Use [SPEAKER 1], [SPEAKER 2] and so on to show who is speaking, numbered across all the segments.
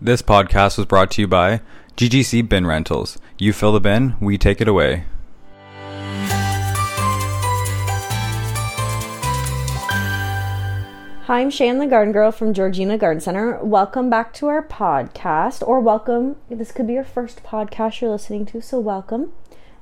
[SPEAKER 1] This podcast was brought to you by GGC Bin Rentals. You fill the bin, we take it away.
[SPEAKER 2] Hi, I'm Shan, the garden girl from Georgina Garden Center. Welcome back to our podcast, or welcome. This could be your first podcast you're listening to, so welcome.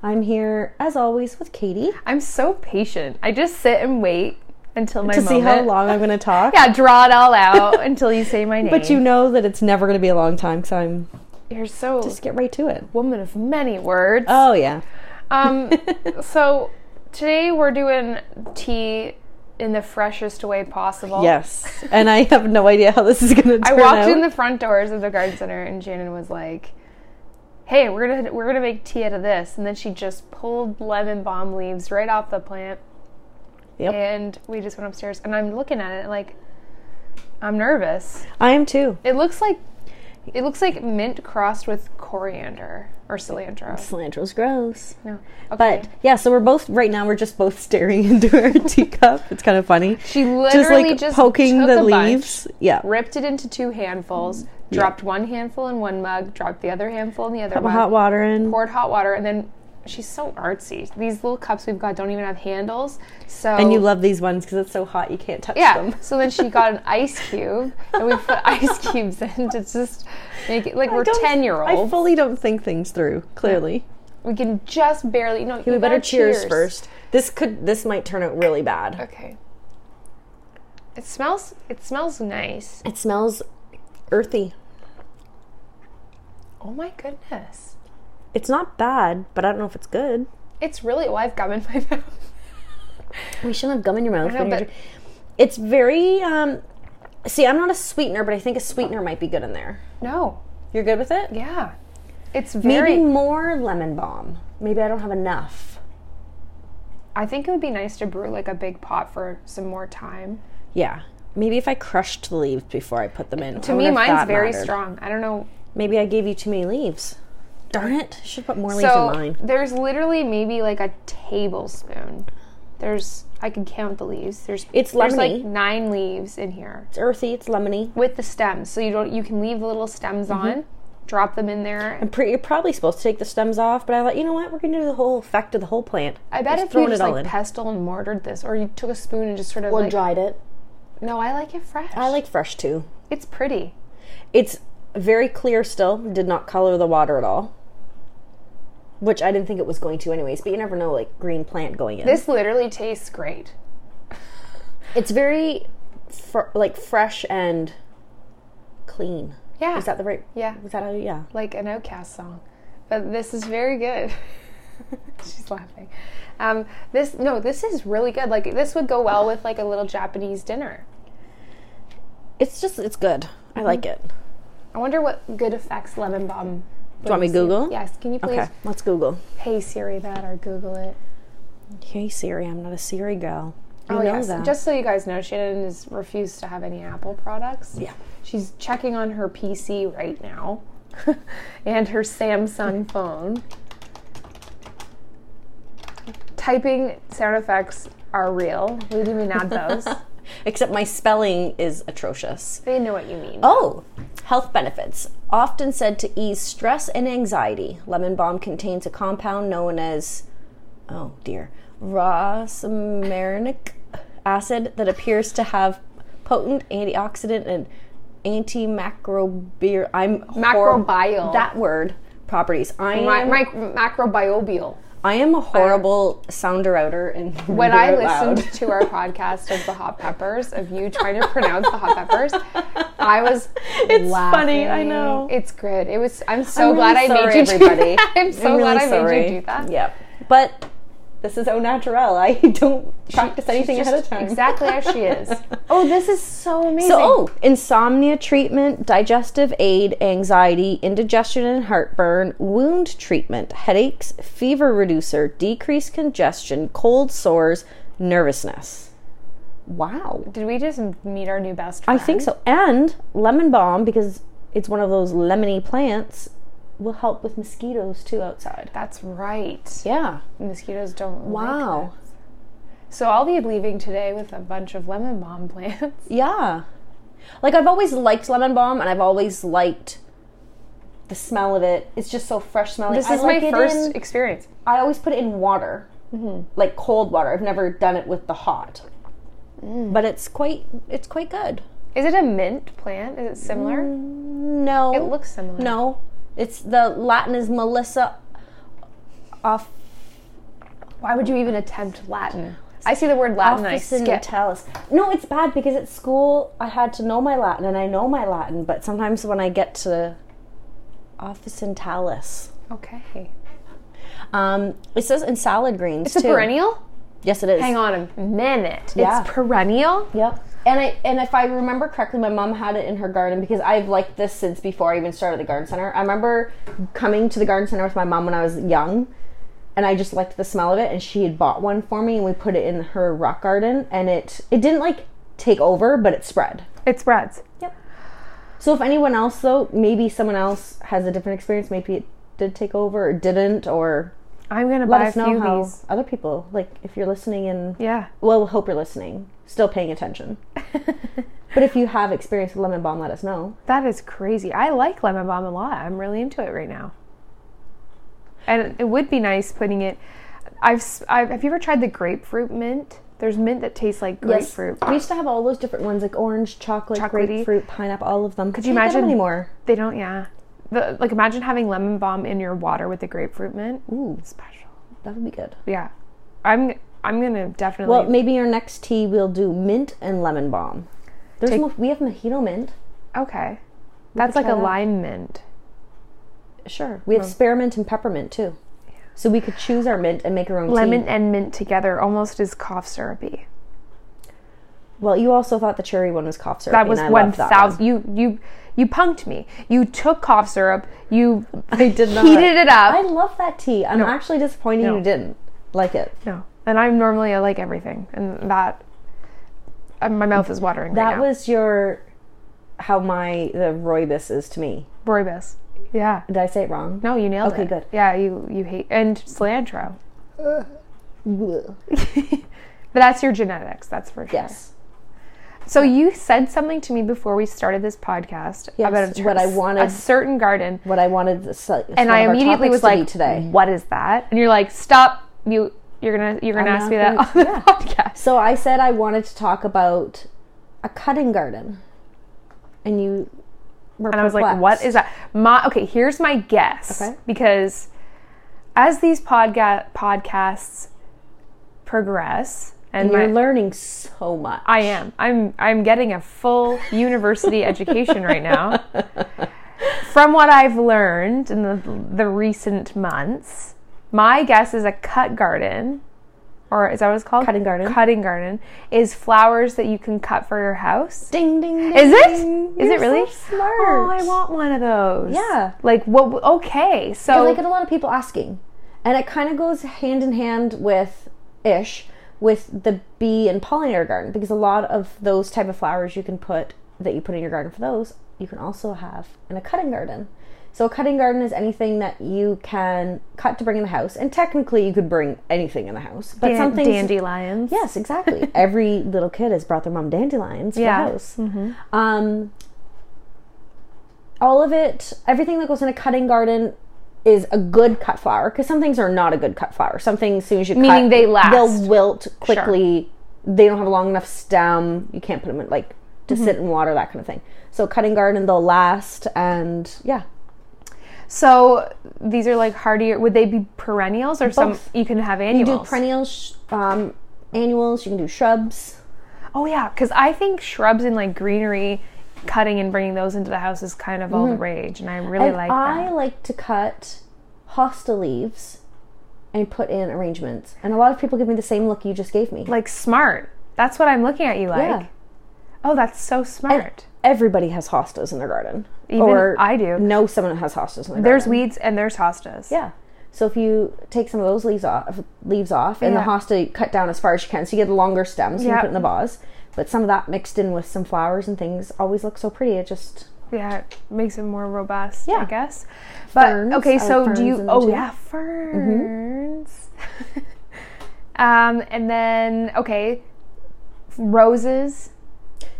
[SPEAKER 2] I'm here, as always, with Katie
[SPEAKER 3] I'm so patient. I just sit and wait until my
[SPEAKER 2] to see
[SPEAKER 3] moment.
[SPEAKER 2] how long I'm going to talk.
[SPEAKER 3] Yeah, draw it all out until you say my name.
[SPEAKER 2] But you know that it's never going to be a long time because I'm
[SPEAKER 3] you're so
[SPEAKER 2] just get right to it.
[SPEAKER 3] woman of many words.
[SPEAKER 2] Oh, yeah.
[SPEAKER 3] Um, so today we're doing tea in the freshest way possible.
[SPEAKER 2] Yes. And I have no idea how this is going to turn
[SPEAKER 3] I walked
[SPEAKER 2] out.
[SPEAKER 3] in the front doors of the garden center, and Shannon was like. Hey, we're gonna we're gonna make tea out of this, and then she just pulled lemon balm leaves right off the plant,
[SPEAKER 2] Yep.
[SPEAKER 3] and we just went upstairs. And I'm looking at it like I'm nervous.
[SPEAKER 2] I am too.
[SPEAKER 3] It looks like it looks like mint crossed with coriander or cilantro.
[SPEAKER 2] Cilantro's gross.
[SPEAKER 3] No,
[SPEAKER 2] But yeah, so we're both right now. We're just both staring into our teacup. It's kind of funny.
[SPEAKER 3] she literally just,
[SPEAKER 2] poking
[SPEAKER 3] took
[SPEAKER 2] the
[SPEAKER 3] a bunch,
[SPEAKER 2] leaves. Yeah.
[SPEAKER 3] ripped it into two handfuls, dropped one handful in one mug, dropped the other handful in the other
[SPEAKER 2] Put my
[SPEAKER 3] mug,
[SPEAKER 2] hot water in.
[SPEAKER 3] poured hot water, and then she's so artsy. These little cups we've got don't even have handles, so
[SPEAKER 2] And you love these ones because it's so hot you can't touch
[SPEAKER 3] yeah.
[SPEAKER 2] them.
[SPEAKER 3] So then she got an ice cube, and we put ice cubes in to just make it like
[SPEAKER 2] I
[SPEAKER 3] we're
[SPEAKER 2] don't-
[SPEAKER 3] ten year
[SPEAKER 2] I
[SPEAKER 3] olds.
[SPEAKER 2] fully don't think things through. Clearly,
[SPEAKER 3] We can just barely. No,
[SPEAKER 2] we better cheers, first. This could this might turn out really bad.
[SPEAKER 3] Okay. It smells. It smells nice.
[SPEAKER 2] It smells earthy.
[SPEAKER 3] Oh my goodness!
[SPEAKER 2] It's not bad, but I don't know if it's good.
[SPEAKER 3] It's really. Well, I've gum in my mouth.
[SPEAKER 2] We shouldn't have gum in your mouth.
[SPEAKER 3] know,
[SPEAKER 2] when you're
[SPEAKER 3] but-
[SPEAKER 2] dr- it's very. Um, see, I'm not a sweetener, but I think a sweetener might be good in there.
[SPEAKER 3] No.
[SPEAKER 2] You're good with it?
[SPEAKER 3] Yeah. It's
[SPEAKER 2] Maybe
[SPEAKER 3] very.
[SPEAKER 2] more lemon balm. Maybe I don't have enough.
[SPEAKER 3] I think it would be nice to brew like a big pot for some more time.
[SPEAKER 2] Yeah. Maybe if I crushed the leaves before I put them in.
[SPEAKER 3] To me, mine's very strong. I don't know.
[SPEAKER 2] Maybe I gave you too many leaves. Darn it. Should put more leaves in
[SPEAKER 3] So
[SPEAKER 2] mine.
[SPEAKER 3] there's literally maybe like a tablespoon. There's. I can count the leaves. There's.
[SPEAKER 2] It's
[SPEAKER 3] there's
[SPEAKER 2] lemony.
[SPEAKER 3] like nine leaves in here
[SPEAKER 2] It's earthy, it's lemony.
[SPEAKER 3] with the stems. So you don't. You can leave the little stems
[SPEAKER 2] Mm-hmm.
[SPEAKER 3] on. Drop them in there.
[SPEAKER 2] I'm pretty, you're probably supposed to take the stems off, but I thought, you know what? We're going to do the whole effect of the whole plant.
[SPEAKER 3] I bet
[SPEAKER 2] Just
[SPEAKER 3] if you
[SPEAKER 2] throwing
[SPEAKER 3] just
[SPEAKER 2] it all
[SPEAKER 3] like
[SPEAKER 2] in.
[SPEAKER 3] pestle and mortared this, or you took a spoon and just sort of
[SPEAKER 2] Or
[SPEAKER 3] like,
[SPEAKER 2] dried it.
[SPEAKER 3] no, I like it fresh.
[SPEAKER 2] I like fresh too.
[SPEAKER 3] it's pretty.
[SPEAKER 2] It's very clear still. Did not color the water at all. Which I didn't think it was going to, anyways. But you never know, like green plant going in.
[SPEAKER 3] This literally tastes great.
[SPEAKER 2] it's very, fr- like fresh and clean.
[SPEAKER 3] Yeah,
[SPEAKER 2] Is that the right?
[SPEAKER 3] yeah,
[SPEAKER 2] Is that how? Yeah.
[SPEAKER 3] like an Outcast song, but this is very good. She's laughing. Um, this no, this is really good. Like this would go well with like a little Japanese dinner.
[SPEAKER 2] It's just it's good. I like
[SPEAKER 3] Mm-hmm.
[SPEAKER 2] it. Do
[SPEAKER 3] I wonder what good effects lemon balm. Do
[SPEAKER 2] you want me to Google?
[SPEAKER 3] Yes. Can you please?
[SPEAKER 2] Okay. Let's Google.
[SPEAKER 3] Hey Siri, that or Google it.
[SPEAKER 2] Hey Siri, I'm not a Siri girl. You
[SPEAKER 3] oh
[SPEAKER 2] know
[SPEAKER 3] yes.
[SPEAKER 2] that.
[SPEAKER 3] Just so you guys know, Shannon has refused to have any Apple products.
[SPEAKER 2] yeah.
[SPEAKER 3] She's checking on her PC right now and her Samsung phone. Typing sound effects are real. We didn't even add those.
[SPEAKER 2] Except my spelling is atrocious.
[SPEAKER 3] they know what you mean.
[SPEAKER 2] Oh, health benefits. Often said to ease stress and anxiety, lemon balm contains a compound known as, oh dear, rosmarinic acid that appears to have potent antioxidant and antimicrobial. I'm horrib-
[SPEAKER 3] Macrobial.
[SPEAKER 2] that word properties. I am,
[SPEAKER 3] my, my macrobiobial.
[SPEAKER 2] I am a horrible sounder outer and
[SPEAKER 3] When
[SPEAKER 2] reader
[SPEAKER 3] I
[SPEAKER 2] out loud.
[SPEAKER 3] listened to our podcast of the hot peppers, of you trying to pronounce the hot peppers, I was
[SPEAKER 2] It's funny, I
[SPEAKER 3] laughing.
[SPEAKER 2] know.
[SPEAKER 3] It's good. It was I'm so
[SPEAKER 2] I'm
[SPEAKER 3] glad
[SPEAKER 2] really
[SPEAKER 3] I
[SPEAKER 2] sorry,
[SPEAKER 3] made you
[SPEAKER 2] everybody.
[SPEAKER 3] do that. I'm so
[SPEAKER 2] I'm really
[SPEAKER 3] glad I
[SPEAKER 2] sorry.
[SPEAKER 3] made you do that.
[SPEAKER 2] Yep. But this is au naturel. I don't practice
[SPEAKER 3] She's
[SPEAKER 2] anything ahead
[SPEAKER 3] just
[SPEAKER 2] of time.
[SPEAKER 3] Exactly as she is. Oh, this is so amazing.
[SPEAKER 2] So, oh, insomnia treatment, digestive aid, anxiety, indigestion and heartburn, wound treatment, headaches, fever reducer, decreased congestion, cold sores, nervousness. Wow.
[SPEAKER 3] did we just meet our new best
[SPEAKER 2] I
[SPEAKER 3] friend?
[SPEAKER 2] think so. And lemon balm, because it's one of those lemony plants, will help with mosquitoes too outside.
[SPEAKER 3] That's right.
[SPEAKER 2] Yeah.
[SPEAKER 3] Mosquitoes don't. like
[SPEAKER 2] Wow.
[SPEAKER 3] that. so I'll be leaving today with a bunch of lemon balm plants.
[SPEAKER 2] Yeah. Like I've always liked lemon balm and I've always liked the smell of it. It's just so fresh smelling.
[SPEAKER 3] This
[SPEAKER 2] I
[SPEAKER 3] is
[SPEAKER 2] like
[SPEAKER 3] my
[SPEAKER 2] it
[SPEAKER 3] first Mm-hmm.
[SPEAKER 2] in-
[SPEAKER 3] experience.
[SPEAKER 2] I always put it in water, like cold water. I've never done it with the hot,
[SPEAKER 3] Mm.
[SPEAKER 2] but it's quite it's quite good.
[SPEAKER 3] Is it a mint plant? Is it similar?
[SPEAKER 2] No,
[SPEAKER 3] It looks similar.
[SPEAKER 2] no. It's the Latin is Melissa. Off
[SPEAKER 3] Why would you even attempt Latin? I see the word Latin. and I
[SPEAKER 2] office in
[SPEAKER 3] skip.
[SPEAKER 2] Metellus. No, it's bad because at school I had to know my Latin and I know my Latin, but sometimes when I get to office in Talus,
[SPEAKER 3] okay.
[SPEAKER 2] um, it says in salad greens.
[SPEAKER 3] It's a perennial.
[SPEAKER 2] Yes, it is.
[SPEAKER 3] Hang on a minute.
[SPEAKER 2] Yeah.
[SPEAKER 3] It's perennial.
[SPEAKER 2] Yep. And I and if I remember correctly, my mom had it in her garden because I've liked this since before I even started the garden center. I remember coming to the garden center with my mom when I was young, and I just liked the smell of it. And she had bought one for me, and we put it in her rock garden, and it it didn't like take over, but it spread.
[SPEAKER 3] It spreads.
[SPEAKER 2] So if anyone else though, maybe someone else has a different experience. Maybe it did take over or didn't, or
[SPEAKER 3] I'm gonna
[SPEAKER 2] let
[SPEAKER 3] buy
[SPEAKER 2] us
[SPEAKER 3] a few
[SPEAKER 2] know
[SPEAKER 3] of
[SPEAKER 2] how
[SPEAKER 3] these.
[SPEAKER 2] other people like if you're listening and
[SPEAKER 3] Yeah.
[SPEAKER 2] well, we hope you're listening, still paying attention. But if you have experience with lemon balm, let us know.
[SPEAKER 3] that is crazy. I like lemon balm a lot. I'm really into it right now. And it would be nice putting it. I've, s- I've have you ever tried the grapefruit mint? There's mint that tastes like grapefruit.
[SPEAKER 2] We used to have all those different ones like orange, chocolate,
[SPEAKER 3] Chocolatey.
[SPEAKER 2] grapefruit, pineapple, all of them. Could
[SPEAKER 3] you imagine-
[SPEAKER 2] anymore?
[SPEAKER 3] They don't. Yeah. The, like imagine having lemon balm in your water with the grapefruit mint.
[SPEAKER 2] Ooh,
[SPEAKER 3] Special.
[SPEAKER 2] that would be good.
[SPEAKER 3] Yeah. I'm I'm gonna definitely.
[SPEAKER 2] Well, maybe our next tea we'll do mint and lemon balm. There's
[SPEAKER 3] Take-
[SPEAKER 2] mo- we have mojito mint.
[SPEAKER 3] okay. That's
[SPEAKER 2] could
[SPEAKER 3] like a
[SPEAKER 2] try that.
[SPEAKER 3] lime mint.
[SPEAKER 2] Sure. We have spearmint and peppermint too. So we could choose our mint and make our own
[SPEAKER 3] Lemon
[SPEAKER 2] tea.
[SPEAKER 3] and mint together almost is cough syrupy.
[SPEAKER 2] Well, you also thought the cherry one was cough syrup.
[SPEAKER 3] That was
[SPEAKER 2] and I
[SPEAKER 3] one
[SPEAKER 2] loved that one.
[SPEAKER 3] thousand. You you you punked me. You took cough syrup. You
[SPEAKER 2] I did not.
[SPEAKER 3] heated it up.
[SPEAKER 2] I love that tea. I'm actually disappointed
[SPEAKER 3] No.
[SPEAKER 2] you didn't like it.
[SPEAKER 3] no, and I'm normally I like everything, and that uh, my mouth is watering.
[SPEAKER 2] That
[SPEAKER 3] right now.
[SPEAKER 2] was your how my the rooibos is to me.
[SPEAKER 3] rooibos. Yeah.
[SPEAKER 2] Did I say it wrong?
[SPEAKER 3] No, you nailed
[SPEAKER 2] Okay,
[SPEAKER 3] it.
[SPEAKER 2] good.
[SPEAKER 3] Yeah, you you hate and cilantro. But that's your genetics. That's for sure.
[SPEAKER 2] Yes.
[SPEAKER 3] So you said something to me before we started this podcast
[SPEAKER 2] Yes,
[SPEAKER 3] about a, cer-
[SPEAKER 2] what I wanted-
[SPEAKER 3] a certain garden,
[SPEAKER 2] What I wanted to say,
[SPEAKER 3] and I immediately was like, "Mm."
[SPEAKER 2] today.
[SPEAKER 3] "What is that?" And you're like, "Stop! You you're gonna you're gonna
[SPEAKER 2] I'm
[SPEAKER 3] ask
[SPEAKER 2] not
[SPEAKER 3] me that
[SPEAKER 2] gonna-
[SPEAKER 3] on the podcast."
[SPEAKER 2] So I said I wanted to talk about a cutting garden, and you were
[SPEAKER 3] And I was like, "What is that?" My okay, here's my guess
[SPEAKER 2] Okay.
[SPEAKER 3] because as these podga- podcasts progress, and,
[SPEAKER 2] And you're
[SPEAKER 3] my-
[SPEAKER 2] learning so much.
[SPEAKER 3] I am. I'm I'm getting a full university education right now. From what I've learned in the the recent months, my guess is a cut garden or is that what it's called?
[SPEAKER 2] Cutting garden.
[SPEAKER 3] Cutting garden is flowers that you can cut for your house.
[SPEAKER 2] ding ding. ding
[SPEAKER 3] Is it?
[SPEAKER 2] ding.
[SPEAKER 3] Is
[SPEAKER 2] You're
[SPEAKER 3] it really?
[SPEAKER 2] so smart?
[SPEAKER 3] Oh, I want Oh. one of those.
[SPEAKER 2] Yeah.
[SPEAKER 3] Like what okay. So
[SPEAKER 2] Because I get a lot of people asking, and it kind of goes hand in hand with ish with the bee and pollinator garden because a lot of those type of flowers you can put that you put in your garden for those you can also have in a cutting garden. So a cutting garden is anything that you can cut to bring in the house, and technically you could bring anything in the house, but something
[SPEAKER 3] dandelions.
[SPEAKER 2] Yes, exactly. Every little kid has brought their mom dandelions to
[SPEAKER 3] Yeah. Mm-hmm.
[SPEAKER 2] the house. Um, all of it, everything that goes in a cutting garden is a good cut flower because some things are not a good cut flower. Some things, as soon as you
[SPEAKER 3] Meaning
[SPEAKER 2] cut,
[SPEAKER 3] they last.
[SPEAKER 2] they'll wilt quickly. They don't have a long enough stem. You can't put them in like to
[SPEAKER 3] Mm-hmm.
[SPEAKER 2] sit in water, that kind of thing. So cutting garden, they'll last, and yeah,
[SPEAKER 3] So these are like hardier would they be perennials or some
[SPEAKER 2] Both.
[SPEAKER 3] you can have
[SPEAKER 2] you
[SPEAKER 3] annuals?
[SPEAKER 2] do perennials, sh- um, annuals. You can do shrubs.
[SPEAKER 3] Oh yeah, because I think shrubs and like greenery, cutting and bringing those into the house is kind of all the rage, and I really
[SPEAKER 2] Mm-hmm. And
[SPEAKER 3] like
[SPEAKER 2] I
[SPEAKER 3] that.
[SPEAKER 2] like to cut hosta leaves and put in arrangements. And a lot of people give me the same look you just gave me.
[SPEAKER 3] Like smart. That's what I'm looking at you like.
[SPEAKER 2] Yeah.
[SPEAKER 3] Oh, that's so smart.
[SPEAKER 2] Everybody has hostas in their garden.
[SPEAKER 3] Even I do.
[SPEAKER 2] Know someone that has hostas in their
[SPEAKER 3] there's
[SPEAKER 2] garden.
[SPEAKER 3] weeds and there's hostas.
[SPEAKER 2] Yeah. So if you take some of those leaves off, leaves off, and
[SPEAKER 3] Yeah.
[SPEAKER 2] the hosta you cut down as far as you can, so you get the longer stems, you
[SPEAKER 3] Yeah.
[SPEAKER 2] can put in the vase. But some of that mixed in with some flowers and things always looks so pretty. It just
[SPEAKER 3] Yeah, it makes it more robust, I
[SPEAKER 2] Yeah.
[SPEAKER 3] guess. But
[SPEAKER 2] Ferns. I
[SPEAKER 3] okay,
[SPEAKER 2] like
[SPEAKER 3] so
[SPEAKER 2] ferns
[SPEAKER 3] do
[SPEAKER 2] in
[SPEAKER 3] you
[SPEAKER 2] them
[SPEAKER 3] Oh
[SPEAKER 2] too.
[SPEAKER 3] yeah, ferns. um and then okay, roses.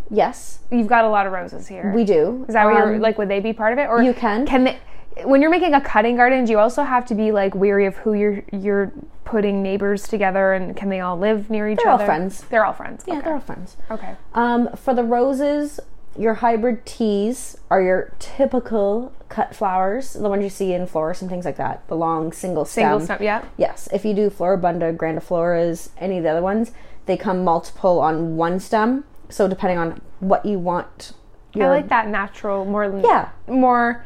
[SPEAKER 2] yes,
[SPEAKER 3] You've got a lot of roses here.
[SPEAKER 2] we do.
[SPEAKER 3] Is that what you're
[SPEAKER 2] Um,
[SPEAKER 3] like? Would they be part of it, or
[SPEAKER 2] you can.
[SPEAKER 3] Can they? when you're making a cutting garden, do you also have to be like weary of who you're you're putting neighbors together and can they all live near each
[SPEAKER 2] They're all
[SPEAKER 3] other?
[SPEAKER 2] friends.
[SPEAKER 3] They're all friends.
[SPEAKER 2] Yeah, they're all friends.
[SPEAKER 3] Okay.
[SPEAKER 2] Um, for the roses, your hybrid teas are your typical cut flowers, the ones you see in florists and things like that. The long single stem.
[SPEAKER 3] Single stem. Yeah.
[SPEAKER 2] Yes, if you do Floribunda, Grandifloras, any of the other ones, they come multiple on one stem. So depending on what you want,
[SPEAKER 3] I
[SPEAKER 2] your,
[SPEAKER 3] like that natural, more
[SPEAKER 2] Yeah.
[SPEAKER 3] more.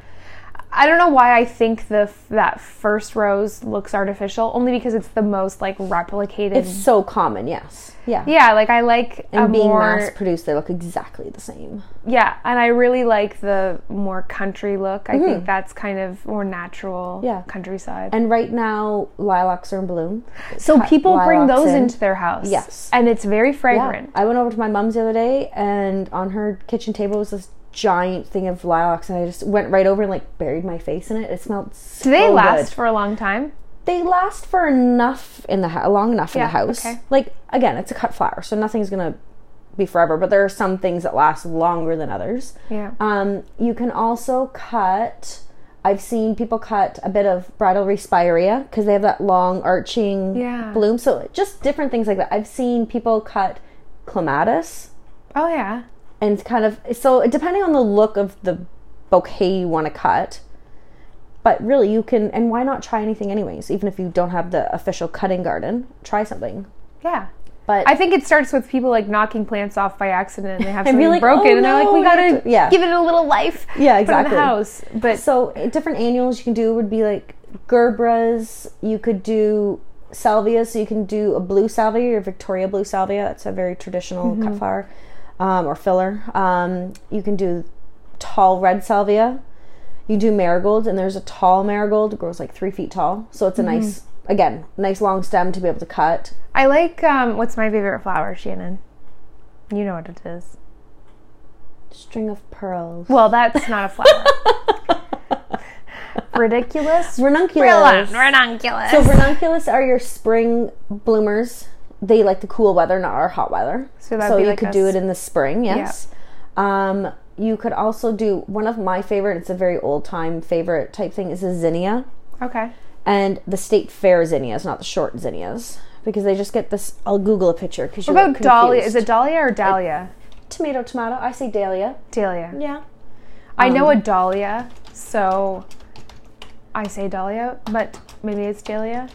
[SPEAKER 3] I don't know why I think the f- that first rose looks artificial, only because it's the most like replicated.
[SPEAKER 2] It's so common. Yes. Yeah.
[SPEAKER 3] Mm. yeah, like I like a
[SPEAKER 2] And being
[SPEAKER 3] more
[SPEAKER 2] mass produced, they look exactly the same.
[SPEAKER 3] yeah, and I really like the more country look. I think that's kind of more natural.
[SPEAKER 2] Mm-hmm. Yeah.
[SPEAKER 3] countryside.
[SPEAKER 2] And right now, lilacs are in bloom.
[SPEAKER 3] so people bring
[SPEAKER 2] lilacs
[SPEAKER 3] those
[SPEAKER 2] in.
[SPEAKER 3] into their house.
[SPEAKER 2] Yes.
[SPEAKER 3] and it's very
[SPEAKER 2] Yeah.
[SPEAKER 3] fragrant.
[SPEAKER 2] I went over to my mom's the other day, and on her kitchen table was this giant thing of lilacs, and I just went right over and like buried my face in it. It smelled so
[SPEAKER 3] Do they
[SPEAKER 2] good.
[SPEAKER 3] last for a long time?
[SPEAKER 2] they last for enough in the house, long enough in
[SPEAKER 3] Yeah,
[SPEAKER 2] the house.
[SPEAKER 3] okay.
[SPEAKER 2] Like again, it's a cut flower, so nothing's gonna be forever. But there are some things that last longer than others.
[SPEAKER 3] Yeah.
[SPEAKER 2] Um, you can also cut. I've seen people cut a bit of bridal respirea because they have that long arching
[SPEAKER 3] Yeah.
[SPEAKER 2] bloom. So just different things like that. I've seen people cut clematis
[SPEAKER 3] oh yeah.
[SPEAKER 2] and kind of so depending on the look of the bouquet you want to cut but really you can and why not try anything anyways even if you don't have the official cutting garden try something
[SPEAKER 3] Yeah.
[SPEAKER 2] but
[SPEAKER 3] I think it starts with people like knocking plants off by accident and they have
[SPEAKER 2] And
[SPEAKER 3] something
[SPEAKER 2] be like,
[SPEAKER 3] broken
[SPEAKER 2] "Oh,
[SPEAKER 3] and they're like,
[SPEAKER 2] no,
[SPEAKER 3] we
[SPEAKER 2] we have
[SPEAKER 3] gotta
[SPEAKER 2] to-" yeah.
[SPEAKER 3] give it a little life.
[SPEAKER 2] Yeah,
[SPEAKER 3] Put it in
[SPEAKER 2] exactly.
[SPEAKER 3] the house. But
[SPEAKER 2] so eh, different annuals you can do would be like gerbras you could do salvia so you can do a blue salvia your victoria blue salvia that's a very traditional cut flower um, or filler um, you can do tall red salvia you do marigolds and there's a tall marigold it grows like three feet tall so it's a nice again nice long stem to be able to cut
[SPEAKER 3] I like um, what's my favorite flower, Shannon? You know what it is.
[SPEAKER 2] string of pearls
[SPEAKER 3] Well, that's not a flower. Ridiculous.
[SPEAKER 2] ranunculus
[SPEAKER 3] Ranunculus.
[SPEAKER 2] so ranunculus are your spring bloomers they like the cool weather not our hot weather
[SPEAKER 3] So that'd
[SPEAKER 2] so
[SPEAKER 3] be
[SPEAKER 2] you
[SPEAKER 3] like
[SPEAKER 2] could
[SPEAKER 3] a
[SPEAKER 2] do
[SPEAKER 3] s-
[SPEAKER 2] it in the spring yes um, you could also do one of my favorite it's a very old time favorite type thing is a zinnia
[SPEAKER 3] okay.
[SPEAKER 2] and the state fair zinnias, not the short zinnias, because they just get this. I'll Google a picture because
[SPEAKER 3] What
[SPEAKER 2] you
[SPEAKER 3] about
[SPEAKER 2] look
[SPEAKER 3] dahlia? Is
[SPEAKER 2] confused.
[SPEAKER 3] it dahlia or dahlia?
[SPEAKER 2] tomato tomato? I say dahlia.
[SPEAKER 3] dahlia.
[SPEAKER 2] Yeah.
[SPEAKER 3] I know a dahlia, so I say dahlia, but maybe it's dahlia.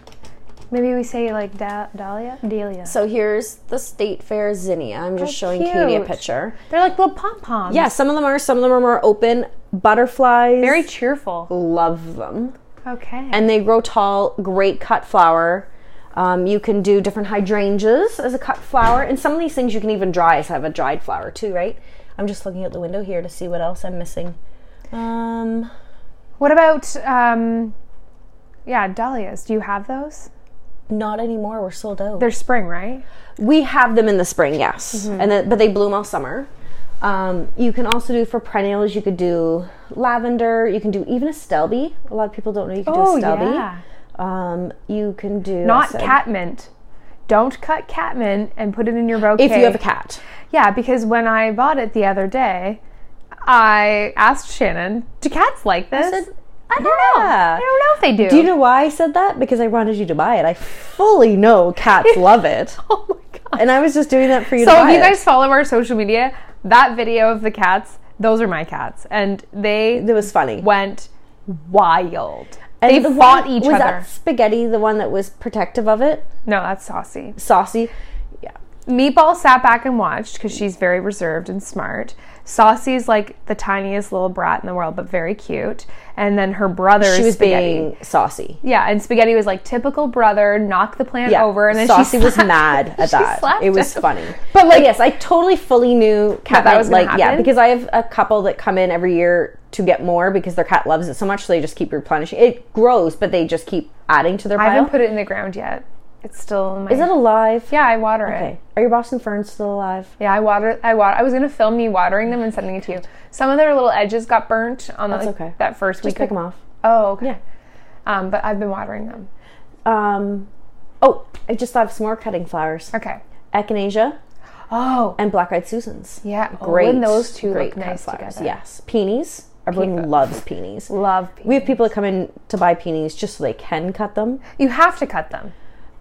[SPEAKER 3] Maybe we say like da- dahlia, dahlia.
[SPEAKER 2] So here's the state fair zinnia. I'm just
[SPEAKER 3] Oh,
[SPEAKER 2] showing Katie a
[SPEAKER 3] cute.
[SPEAKER 2] picture.
[SPEAKER 3] They're like little pom poms.
[SPEAKER 2] Yeah, some of them are. Some of them are more open. Butterflies.
[SPEAKER 3] Very cheerful.
[SPEAKER 2] love them,
[SPEAKER 3] Okay.
[SPEAKER 2] and they grow tall. Great cut flower. Um, you can do different hydrangeas as a cut flower, and some of these things you can even dry as have a dried flower too, right? I'm just looking out the window here to see what else I'm missing. Um,
[SPEAKER 3] what about um yeah, dahlias. Do you have those?
[SPEAKER 2] Not anymore. We're sold out.
[SPEAKER 3] They're spring, right?
[SPEAKER 2] we have them in the spring, yes,
[SPEAKER 3] Mm-hmm.
[SPEAKER 2] and then, but they bloom all summer. Um, you can also do for perennials. You could do lavender. You can do even a stelby. A lot of people don't know you can do a stelby. Um, you can do
[SPEAKER 3] Oh, Not
[SPEAKER 2] I said-
[SPEAKER 3] catmint. Don't cut catmint and put it in your bouquet.
[SPEAKER 2] if you have a cat.
[SPEAKER 3] Yeah, because when I bought it the other day, I asked Shannon, "Do cats like this?"
[SPEAKER 2] said,
[SPEAKER 3] "I don't know.
[SPEAKER 2] "Yeah."
[SPEAKER 3] I don't know if they do."
[SPEAKER 2] Do you know why I said that? Because I wanted you to buy it. I fully know cats love it,
[SPEAKER 3] Oh my god.
[SPEAKER 2] and I was just doing that for you. to
[SPEAKER 3] So
[SPEAKER 2] buy
[SPEAKER 3] if you
[SPEAKER 2] it.
[SPEAKER 3] guys follow our social media, that video of the cats, those are my cats, and they
[SPEAKER 2] it was funny.
[SPEAKER 3] went wild.
[SPEAKER 2] And
[SPEAKER 3] they
[SPEAKER 2] the
[SPEAKER 3] fought
[SPEAKER 2] one-
[SPEAKER 3] each
[SPEAKER 2] was
[SPEAKER 3] other.
[SPEAKER 2] that spaghetti the one that was protective of it?
[SPEAKER 3] no, that's saucy.
[SPEAKER 2] Saucy. Yeah.
[SPEAKER 3] Meatball sat back and watched because she's very reserved and smart. Saucy is like the tiniest little brat in the world, but very cute. And then her brother
[SPEAKER 2] She
[SPEAKER 3] is
[SPEAKER 2] was
[SPEAKER 3] spaghetti.
[SPEAKER 2] being saucy.
[SPEAKER 3] yeah, and spaghetti was like typical brother, knock the plant
[SPEAKER 2] Yeah,
[SPEAKER 3] over, and then
[SPEAKER 2] Saucy
[SPEAKER 3] she
[SPEAKER 2] was
[SPEAKER 3] slapped-
[SPEAKER 2] mad at
[SPEAKER 3] she
[SPEAKER 2] that.
[SPEAKER 3] slapped
[SPEAKER 2] It was
[SPEAKER 3] him.
[SPEAKER 2] funny.
[SPEAKER 3] But, like-
[SPEAKER 2] yes, I totally fully knew cat
[SPEAKER 3] that
[SPEAKER 2] that
[SPEAKER 3] was gonna
[SPEAKER 2] like yeah,
[SPEAKER 3] happen?
[SPEAKER 2] because I have a couple that come in every year to get more because their cat loves it so much, so they just keep replenishing. It grows, but they just keep adding to their
[SPEAKER 3] I
[SPEAKER 2] pile.
[SPEAKER 3] haven't put it in the ground yet. It's still in my.
[SPEAKER 2] Is it alive?
[SPEAKER 3] yeah, I water it.
[SPEAKER 2] Okay. Are your Boston ferns still alive?
[SPEAKER 3] Yeah, I water. I water. I was gonna film me watering them and sending it to you. Some of their little edges got burnt on the,
[SPEAKER 2] That's okay.
[SPEAKER 3] that first week.
[SPEAKER 2] Just pick them off.
[SPEAKER 3] Oh, okay.
[SPEAKER 2] Yeah.
[SPEAKER 3] Um, but I've been watering them.
[SPEAKER 2] Um, oh, I just thought of some more cutting flowers:
[SPEAKER 3] Okay.
[SPEAKER 2] echinacea
[SPEAKER 3] Oh,
[SPEAKER 2] and black-eyed susans.
[SPEAKER 3] yeah.
[SPEAKER 2] Great.
[SPEAKER 3] Oh, and those two
[SPEAKER 2] great
[SPEAKER 3] look nice
[SPEAKER 2] cut flowers.
[SPEAKER 3] together.
[SPEAKER 2] Yes, peonies. Everyone loves peonies.
[SPEAKER 3] Love.
[SPEAKER 2] We have people that come in to buy peonies just so they can cut them.
[SPEAKER 3] You have to cut them.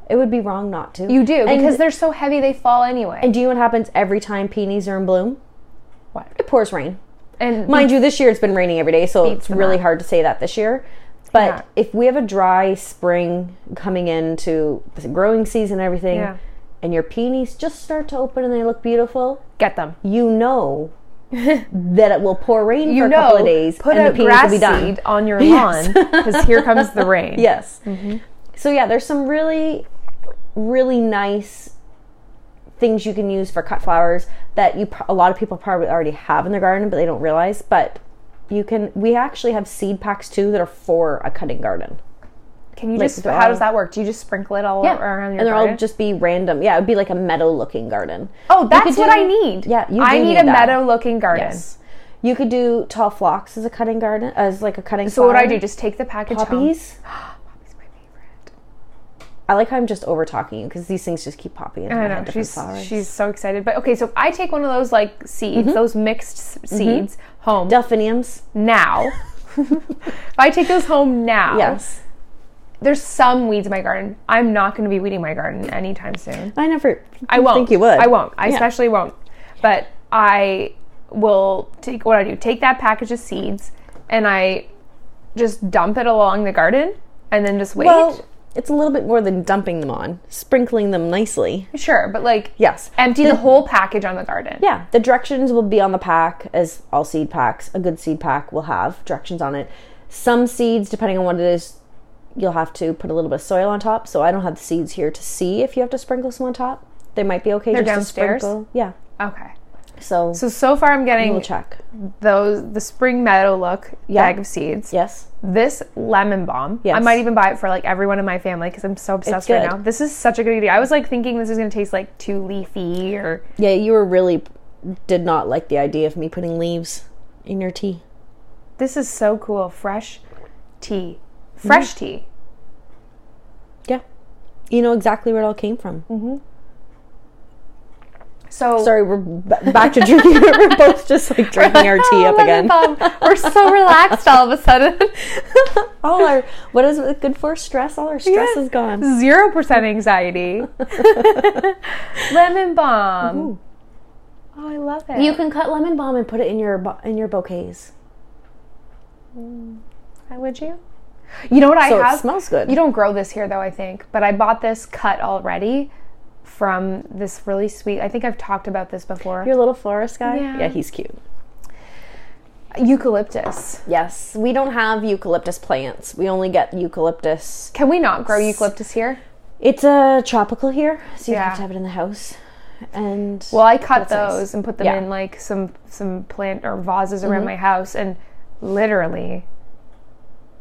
[SPEAKER 2] It would be wrong not to.
[SPEAKER 3] You do
[SPEAKER 2] And-
[SPEAKER 3] because they're so heavy they fall anyway.
[SPEAKER 2] And do you know what happens every time peonies are in bloom?
[SPEAKER 3] What?
[SPEAKER 2] It pours rain.
[SPEAKER 3] and
[SPEAKER 2] Mind you, this year it's been raining every day, so
[SPEAKER 3] Beats
[SPEAKER 2] it's
[SPEAKER 3] the
[SPEAKER 2] really
[SPEAKER 3] math.
[SPEAKER 2] hard to say that this year. But
[SPEAKER 3] Yeah.
[SPEAKER 2] if we have a dry spring coming into the growing season and everything,
[SPEAKER 3] Yeah.
[SPEAKER 2] and your peonies just start to open and they look beautiful,
[SPEAKER 3] get them.
[SPEAKER 2] you know that it will pour rain
[SPEAKER 3] You
[SPEAKER 2] for a
[SPEAKER 3] know,
[SPEAKER 2] couple of days
[SPEAKER 3] put
[SPEAKER 2] and
[SPEAKER 3] a
[SPEAKER 2] the peonies
[SPEAKER 3] grass
[SPEAKER 2] will be done.
[SPEAKER 3] seed on your lawn because here comes the rain.
[SPEAKER 2] Yes.
[SPEAKER 3] Mm-hmm.
[SPEAKER 2] So yeah, there's some really, really nice things you can use for cut flowers that you pro- a lot of people probably already have in their garden, but they don't realize. But you can. We actually have seed packs too that are for a cutting garden.
[SPEAKER 3] Can you
[SPEAKER 2] Like
[SPEAKER 3] just?
[SPEAKER 2] the-
[SPEAKER 3] How does that work? Do you just sprinkle it all around
[SPEAKER 2] and
[SPEAKER 3] your
[SPEAKER 2] they're all
[SPEAKER 3] garden?
[SPEAKER 2] just be random. Yeah, it would be like a meadow looking garden.
[SPEAKER 3] oh, that's
[SPEAKER 2] could
[SPEAKER 3] what
[SPEAKER 2] do-
[SPEAKER 3] I need.
[SPEAKER 2] yeah, you
[SPEAKER 3] I
[SPEAKER 2] do
[SPEAKER 3] need,
[SPEAKER 2] need
[SPEAKER 3] a
[SPEAKER 2] that.
[SPEAKER 3] meadow-looking garden.
[SPEAKER 2] Yes. You could do tall phlox as a cutting garden, as like a cutting.
[SPEAKER 3] So what do I
[SPEAKER 2] flower.
[SPEAKER 3] do? Just take the package home.
[SPEAKER 2] poppies.
[SPEAKER 3] Poppies, my favorite.
[SPEAKER 2] I like how I'm just over talking because these things just keep popping in.
[SPEAKER 3] I
[SPEAKER 2] my
[SPEAKER 3] know
[SPEAKER 2] head, different
[SPEAKER 3] she's
[SPEAKER 2] flowers. Mm-hmm.
[SPEAKER 3] she's so excited. But okay, so if I take one of those like seeds, those mixed s- seeds home
[SPEAKER 2] delphiniums.
[SPEAKER 3] now. if I take those home now,
[SPEAKER 2] Yes.
[SPEAKER 3] there's some weeds in my garden. I'm not going to be weeding my garden anytime soon.
[SPEAKER 2] I never.
[SPEAKER 3] I won't.
[SPEAKER 2] think you would.
[SPEAKER 3] I won't. I
[SPEAKER 2] Yeah.
[SPEAKER 3] especially won't. But I will take what I do. Take that package of seeds and I just dump it along the garden and then just wait.
[SPEAKER 2] Well, it's a little bit more than dumping them on, sprinkling them nicely.
[SPEAKER 3] sure, but like
[SPEAKER 2] Yes.
[SPEAKER 3] empty the, whole package on the garden.
[SPEAKER 2] Yeah, the directions will be on the pack, as all seed packs. A good seed pack will have directions on it. Some seeds, depending on what it is, you'll have to put a little bit of soil on top. So I don't have the seeds here to see if you have to sprinkle some on top. They might be okay. They're just
[SPEAKER 3] downstairs?
[SPEAKER 2] To sprinkle. Yeah.
[SPEAKER 3] Okay.
[SPEAKER 2] So,
[SPEAKER 3] So so far I'm
[SPEAKER 2] we'll
[SPEAKER 3] getting
[SPEAKER 2] check.
[SPEAKER 3] those the spring meadow look
[SPEAKER 2] Yeah.
[SPEAKER 3] bag of seeds.
[SPEAKER 2] Yes.
[SPEAKER 3] This lemon balm.
[SPEAKER 2] Yes.
[SPEAKER 3] I might even buy it for like everyone in my family because I'm so obsessed right
[SPEAKER 2] good.
[SPEAKER 3] now. This is such a good idea. I was like thinking this is gonna taste like too leafy or
[SPEAKER 2] Yeah, you were really did not like the idea of me putting leaves in your tea.
[SPEAKER 3] This is so cool. Fresh tea. Fresh
[SPEAKER 2] Mm-hmm.
[SPEAKER 3] tea.
[SPEAKER 2] Yeah. You know exactly where it all came from.
[SPEAKER 3] So
[SPEAKER 2] Sorry, we're b- back to drinking. we're both just like drinking our tea up
[SPEAKER 3] Lemon
[SPEAKER 2] again.
[SPEAKER 3] balm. We're so relaxed all of a sudden.
[SPEAKER 2] All our what is it good for? Stress. All our stress is gone.
[SPEAKER 3] Zero percent anxiety. lemon balm. Oh, I love it.
[SPEAKER 2] You can cut lemon balm and put it in your bo- in your bouquets.
[SPEAKER 3] Why would you? You know what
[SPEAKER 2] So
[SPEAKER 3] I have?
[SPEAKER 2] it smells good.
[SPEAKER 3] You don't grow this here though, I think. But I bought this cut already from this really sweet. I think I've talked about this before.
[SPEAKER 2] your little florist guy.
[SPEAKER 3] Yeah.
[SPEAKER 2] he's cute.
[SPEAKER 3] eucalyptus.
[SPEAKER 2] Yes, we don't have eucalyptus plants. We only get eucalyptus.
[SPEAKER 3] Can we not grow eucalyptus here?
[SPEAKER 2] It's uh, tropical here, so you
[SPEAKER 3] Yeah.
[SPEAKER 2] have to have it in the house. And
[SPEAKER 3] Well, I
[SPEAKER 2] nice.
[SPEAKER 3] cut those and put them
[SPEAKER 2] Yeah.
[SPEAKER 3] in like some some plant or vases around my house, and literally,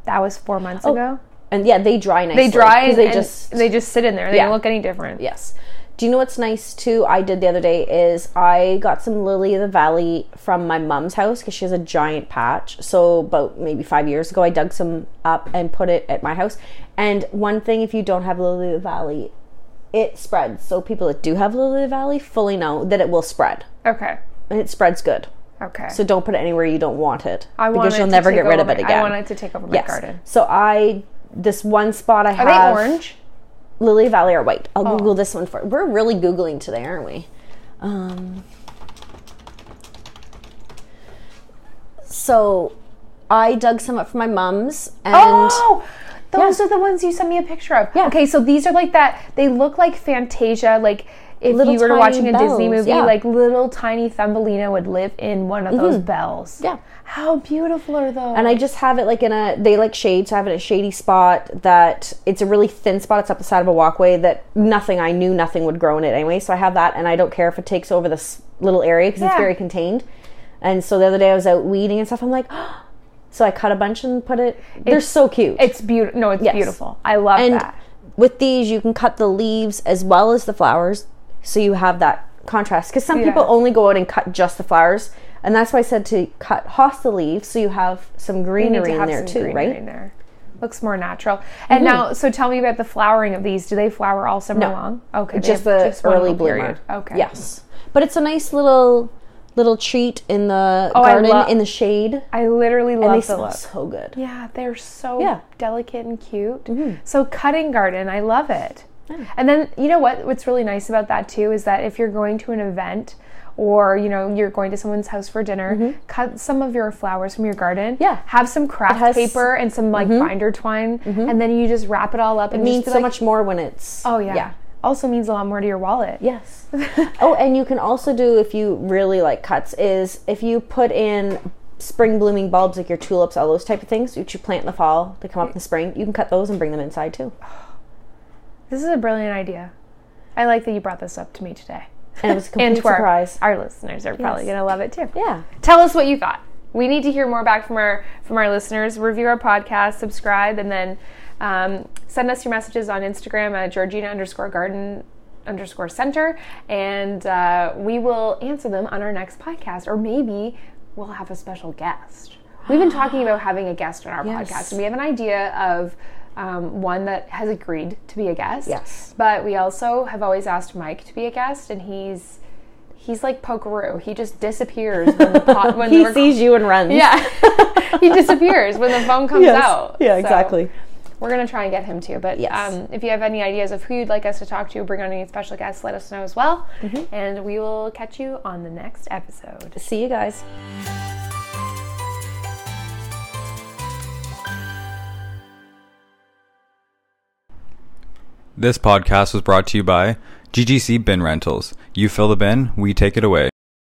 [SPEAKER 3] that was four months ago.
[SPEAKER 2] and yeah, they dry nicely.
[SPEAKER 3] Oh, They dry
[SPEAKER 2] 'cause
[SPEAKER 3] and
[SPEAKER 2] They
[SPEAKER 3] and
[SPEAKER 2] just
[SPEAKER 3] they just sit in there. They
[SPEAKER 2] Yeah.
[SPEAKER 3] don't look any different.
[SPEAKER 2] Yes. Do you know what's nice too? I did the other day is I got some lily of the valley from my mom's house because she has a giant patch. So about maybe five years ago, I dug some up and put it at my house. And one thing, if you don't have lily of the valley, it spreads. So people that do have lily of the valley fully know that it will spread,
[SPEAKER 3] Okay.
[SPEAKER 2] and it spreads good.
[SPEAKER 3] Okay.
[SPEAKER 2] So don't put it anywhere you don't want it
[SPEAKER 3] I want
[SPEAKER 2] because
[SPEAKER 3] it
[SPEAKER 2] you'll
[SPEAKER 3] to
[SPEAKER 2] never
[SPEAKER 3] take
[SPEAKER 2] get rid
[SPEAKER 3] over
[SPEAKER 2] of it
[SPEAKER 3] my-
[SPEAKER 2] again.
[SPEAKER 3] I want it to take over my
[SPEAKER 2] yes.
[SPEAKER 3] garden.
[SPEAKER 2] So I this one spot I
[SPEAKER 3] Are
[SPEAKER 2] have.
[SPEAKER 3] they orange?
[SPEAKER 2] Lily Valley or white. I'll
[SPEAKER 3] Oh.
[SPEAKER 2] Google this one for. We're really googling today, aren't we? Um, so, I dug some up from my mum's, and
[SPEAKER 3] oh, those are the ones you sent me a picture of.
[SPEAKER 2] Yeah.
[SPEAKER 3] Okay, so these are like that. They look like Fantasia, like. If
[SPEAKER 2] Little
[SPEAKER 3] you were
[SPEAKER 2] tiny
[SPEAKER 3] watching a Disney
[SPEAKER 2] bells,
[SPEAKER 3] movie,
[SPEAKER 2] yeah. Mm-hmm.
[SPEAKER 3] like little tiny Thumbelina would live in one of those bells.
[SPEAKER 2] yeah.
[SPEAKER 3] How beautiful are those?
[SPEAKER 2] And I just have it like in a they like shade, so I have it in a shady spot that it's a really thin spot. It's up the side of a walkway that nothing I knew nothing would grow in it anyway. So I have that, and I don't care if it takes over this little area because it's
[SPEAKER 3] Yeah.
[SPEAKER 2] very contained. And so the other day I was out weeding and stuff. I'm like, so I cut a bunch and put it. They're so cute.
[SPEAKER 3] It's beautiful. No, it's beautiful. I love
[SPEAKER 2] And
[SPEAKER 3] that.
[SPEAKER 2] with these, you can cut the leaves as well as the flowers, so you have that contrast. Because some
[SPEAKER 3] Yeah.
[SPEAKER 2] people only go out and cut just the flowers, and that's why I said to cut host the leaves, so you have some
[SPEAKER 3] You need
[SPEAKER 2] greenery
[SPEAKER 3] to
[SPEAKER 2] in
[SPEAKER 3] have
[SPEAKER 2] there
[SPEAKER 3] some
[SPEAKER 2] too,
[SPEAKER 3] greenery in
[SPEAKER 2] right? Mm-hmm.
[SPEAKER 3] there. Looks more natural. And now, so tell me about the flowering of these. Do they flower all summer
[SPEAKER 2] No.
[SPEAKER 3] long? Okay, they
[SPEAKER 2] just
[SPEAKER 3] have
[SPEAKER 2] the
[SPEAKER 3] one
[SPEAKER 2] early
[SPEAKER 3] little
[SPEAKER 2] bloomer.
[SPEAKER 3] period. Okay.
[SPEAKER 2] Yes, but it's a nice little little treat in the
[SPEAKER 3] Oh, I
[SPEAKER 2] garden
[SPEAKER 3] lo-
[SPEAKER 2] in the shade.
[SPEAKER 3] I literally
[SPEAKER 2] And they
[SPEAKER 3] love the
[SPEAKER 2] smell
[SPEAKER 3] look.
[SPEAKER 2] so good.
[SPEAKER 3] Yeah, they're so
[SPEAKER 2] Yeah. Mm-hmm.
[SPEAKER 3] delicate and cute. So cutting garden, I love it. And then you know what? What's really nice about that too is that if you're going to an event or you know you're going to someone's house for dinner, cut some of your flowers from your garden.
[SPEAKER 2] Mm-hmm. Yeah.
[SPEAKER 3] have some craft
[SPEAKER 2] has- Mm-hmm.
[SPEAKER 3] paper and some like binder twine, and then you just wrap it all up. and
[SPEAKER 2] It means
[SPEAKER 3] just be
[SPEAKER 2] so
[SPEAKER 3] like,
[SPEAKER 2] much more when it's
[SPEAKER 3] Oh yeah. Also means a lot more to your wallet.
[SPEAKER 2] Yes. oh, and you can also do if you really like cuts is if you put in spring blooming bulbs like your tulips, all those type of things, which you plant in the fall, they come up in the spring. You can cut those and bring them inside too.
[SPEAKER 3] This is a brilliant idea. I like that you brought this up to me today.
[SPEAKER 2] And it was a complete
[SPEAKER 3] And to our,
[SPEAKER 2] surprise.
[SPEAKER 3] our listeners are probably
[SPEAKER 2] Yes.
[SPEAKER 3] going to love it too.
[SPEAKER 2] Yeah.
[SPEAKER 3] tell us what you thought. We need to hear more back from our from our listeners. Review our podcast, subscribe, and then um, send us your messages on Instagram at Georgina underscore Garden underscore Center, and uh, we will answer them on our next podcast, or maybe we'll have a special guest. We've been talking about having a guest on our
[SPEAKER 2] Yes.
[SPEAKER 3] podcast, and we have an idea of. Um, one that has agreed to be a guest.
[SPEAKER 2] Yes.
[SPEAKER 3] But we also have always asked Mike to be a guest, and he's he's like Pokeroo. He just disappears when the pot when
[SPEAKER 2] He
[SPEAKER 3] the rec-
[SPEAKER 2] sees you and runs.
[SPEAKER 3] Yeah, he disappears when the phone comes
[SPEAKER 2] Yes.
[SPEAKER 3] out.
[SPEAKER 2] Yeah,
[SPEAKER 3] So,
[SPEAKER 2] exactly.
[SPEAKER 3] We're gonna try and get him too. But
[SPEAKER 2] Yes.
[SPEAKER 3] um, if you have any ideas of who you'd like us to talk to, bring on any special guests, let us know as well.
[SPEAKER 2] Mm-hmm.
[SPEAKER 3] And we will catch you on the next episode.
[SPEAKER 2] See you guys.
[SPEAKER 1] This podcast was brought to you by GGC Bin Rentals. You fill the bin, we take it away.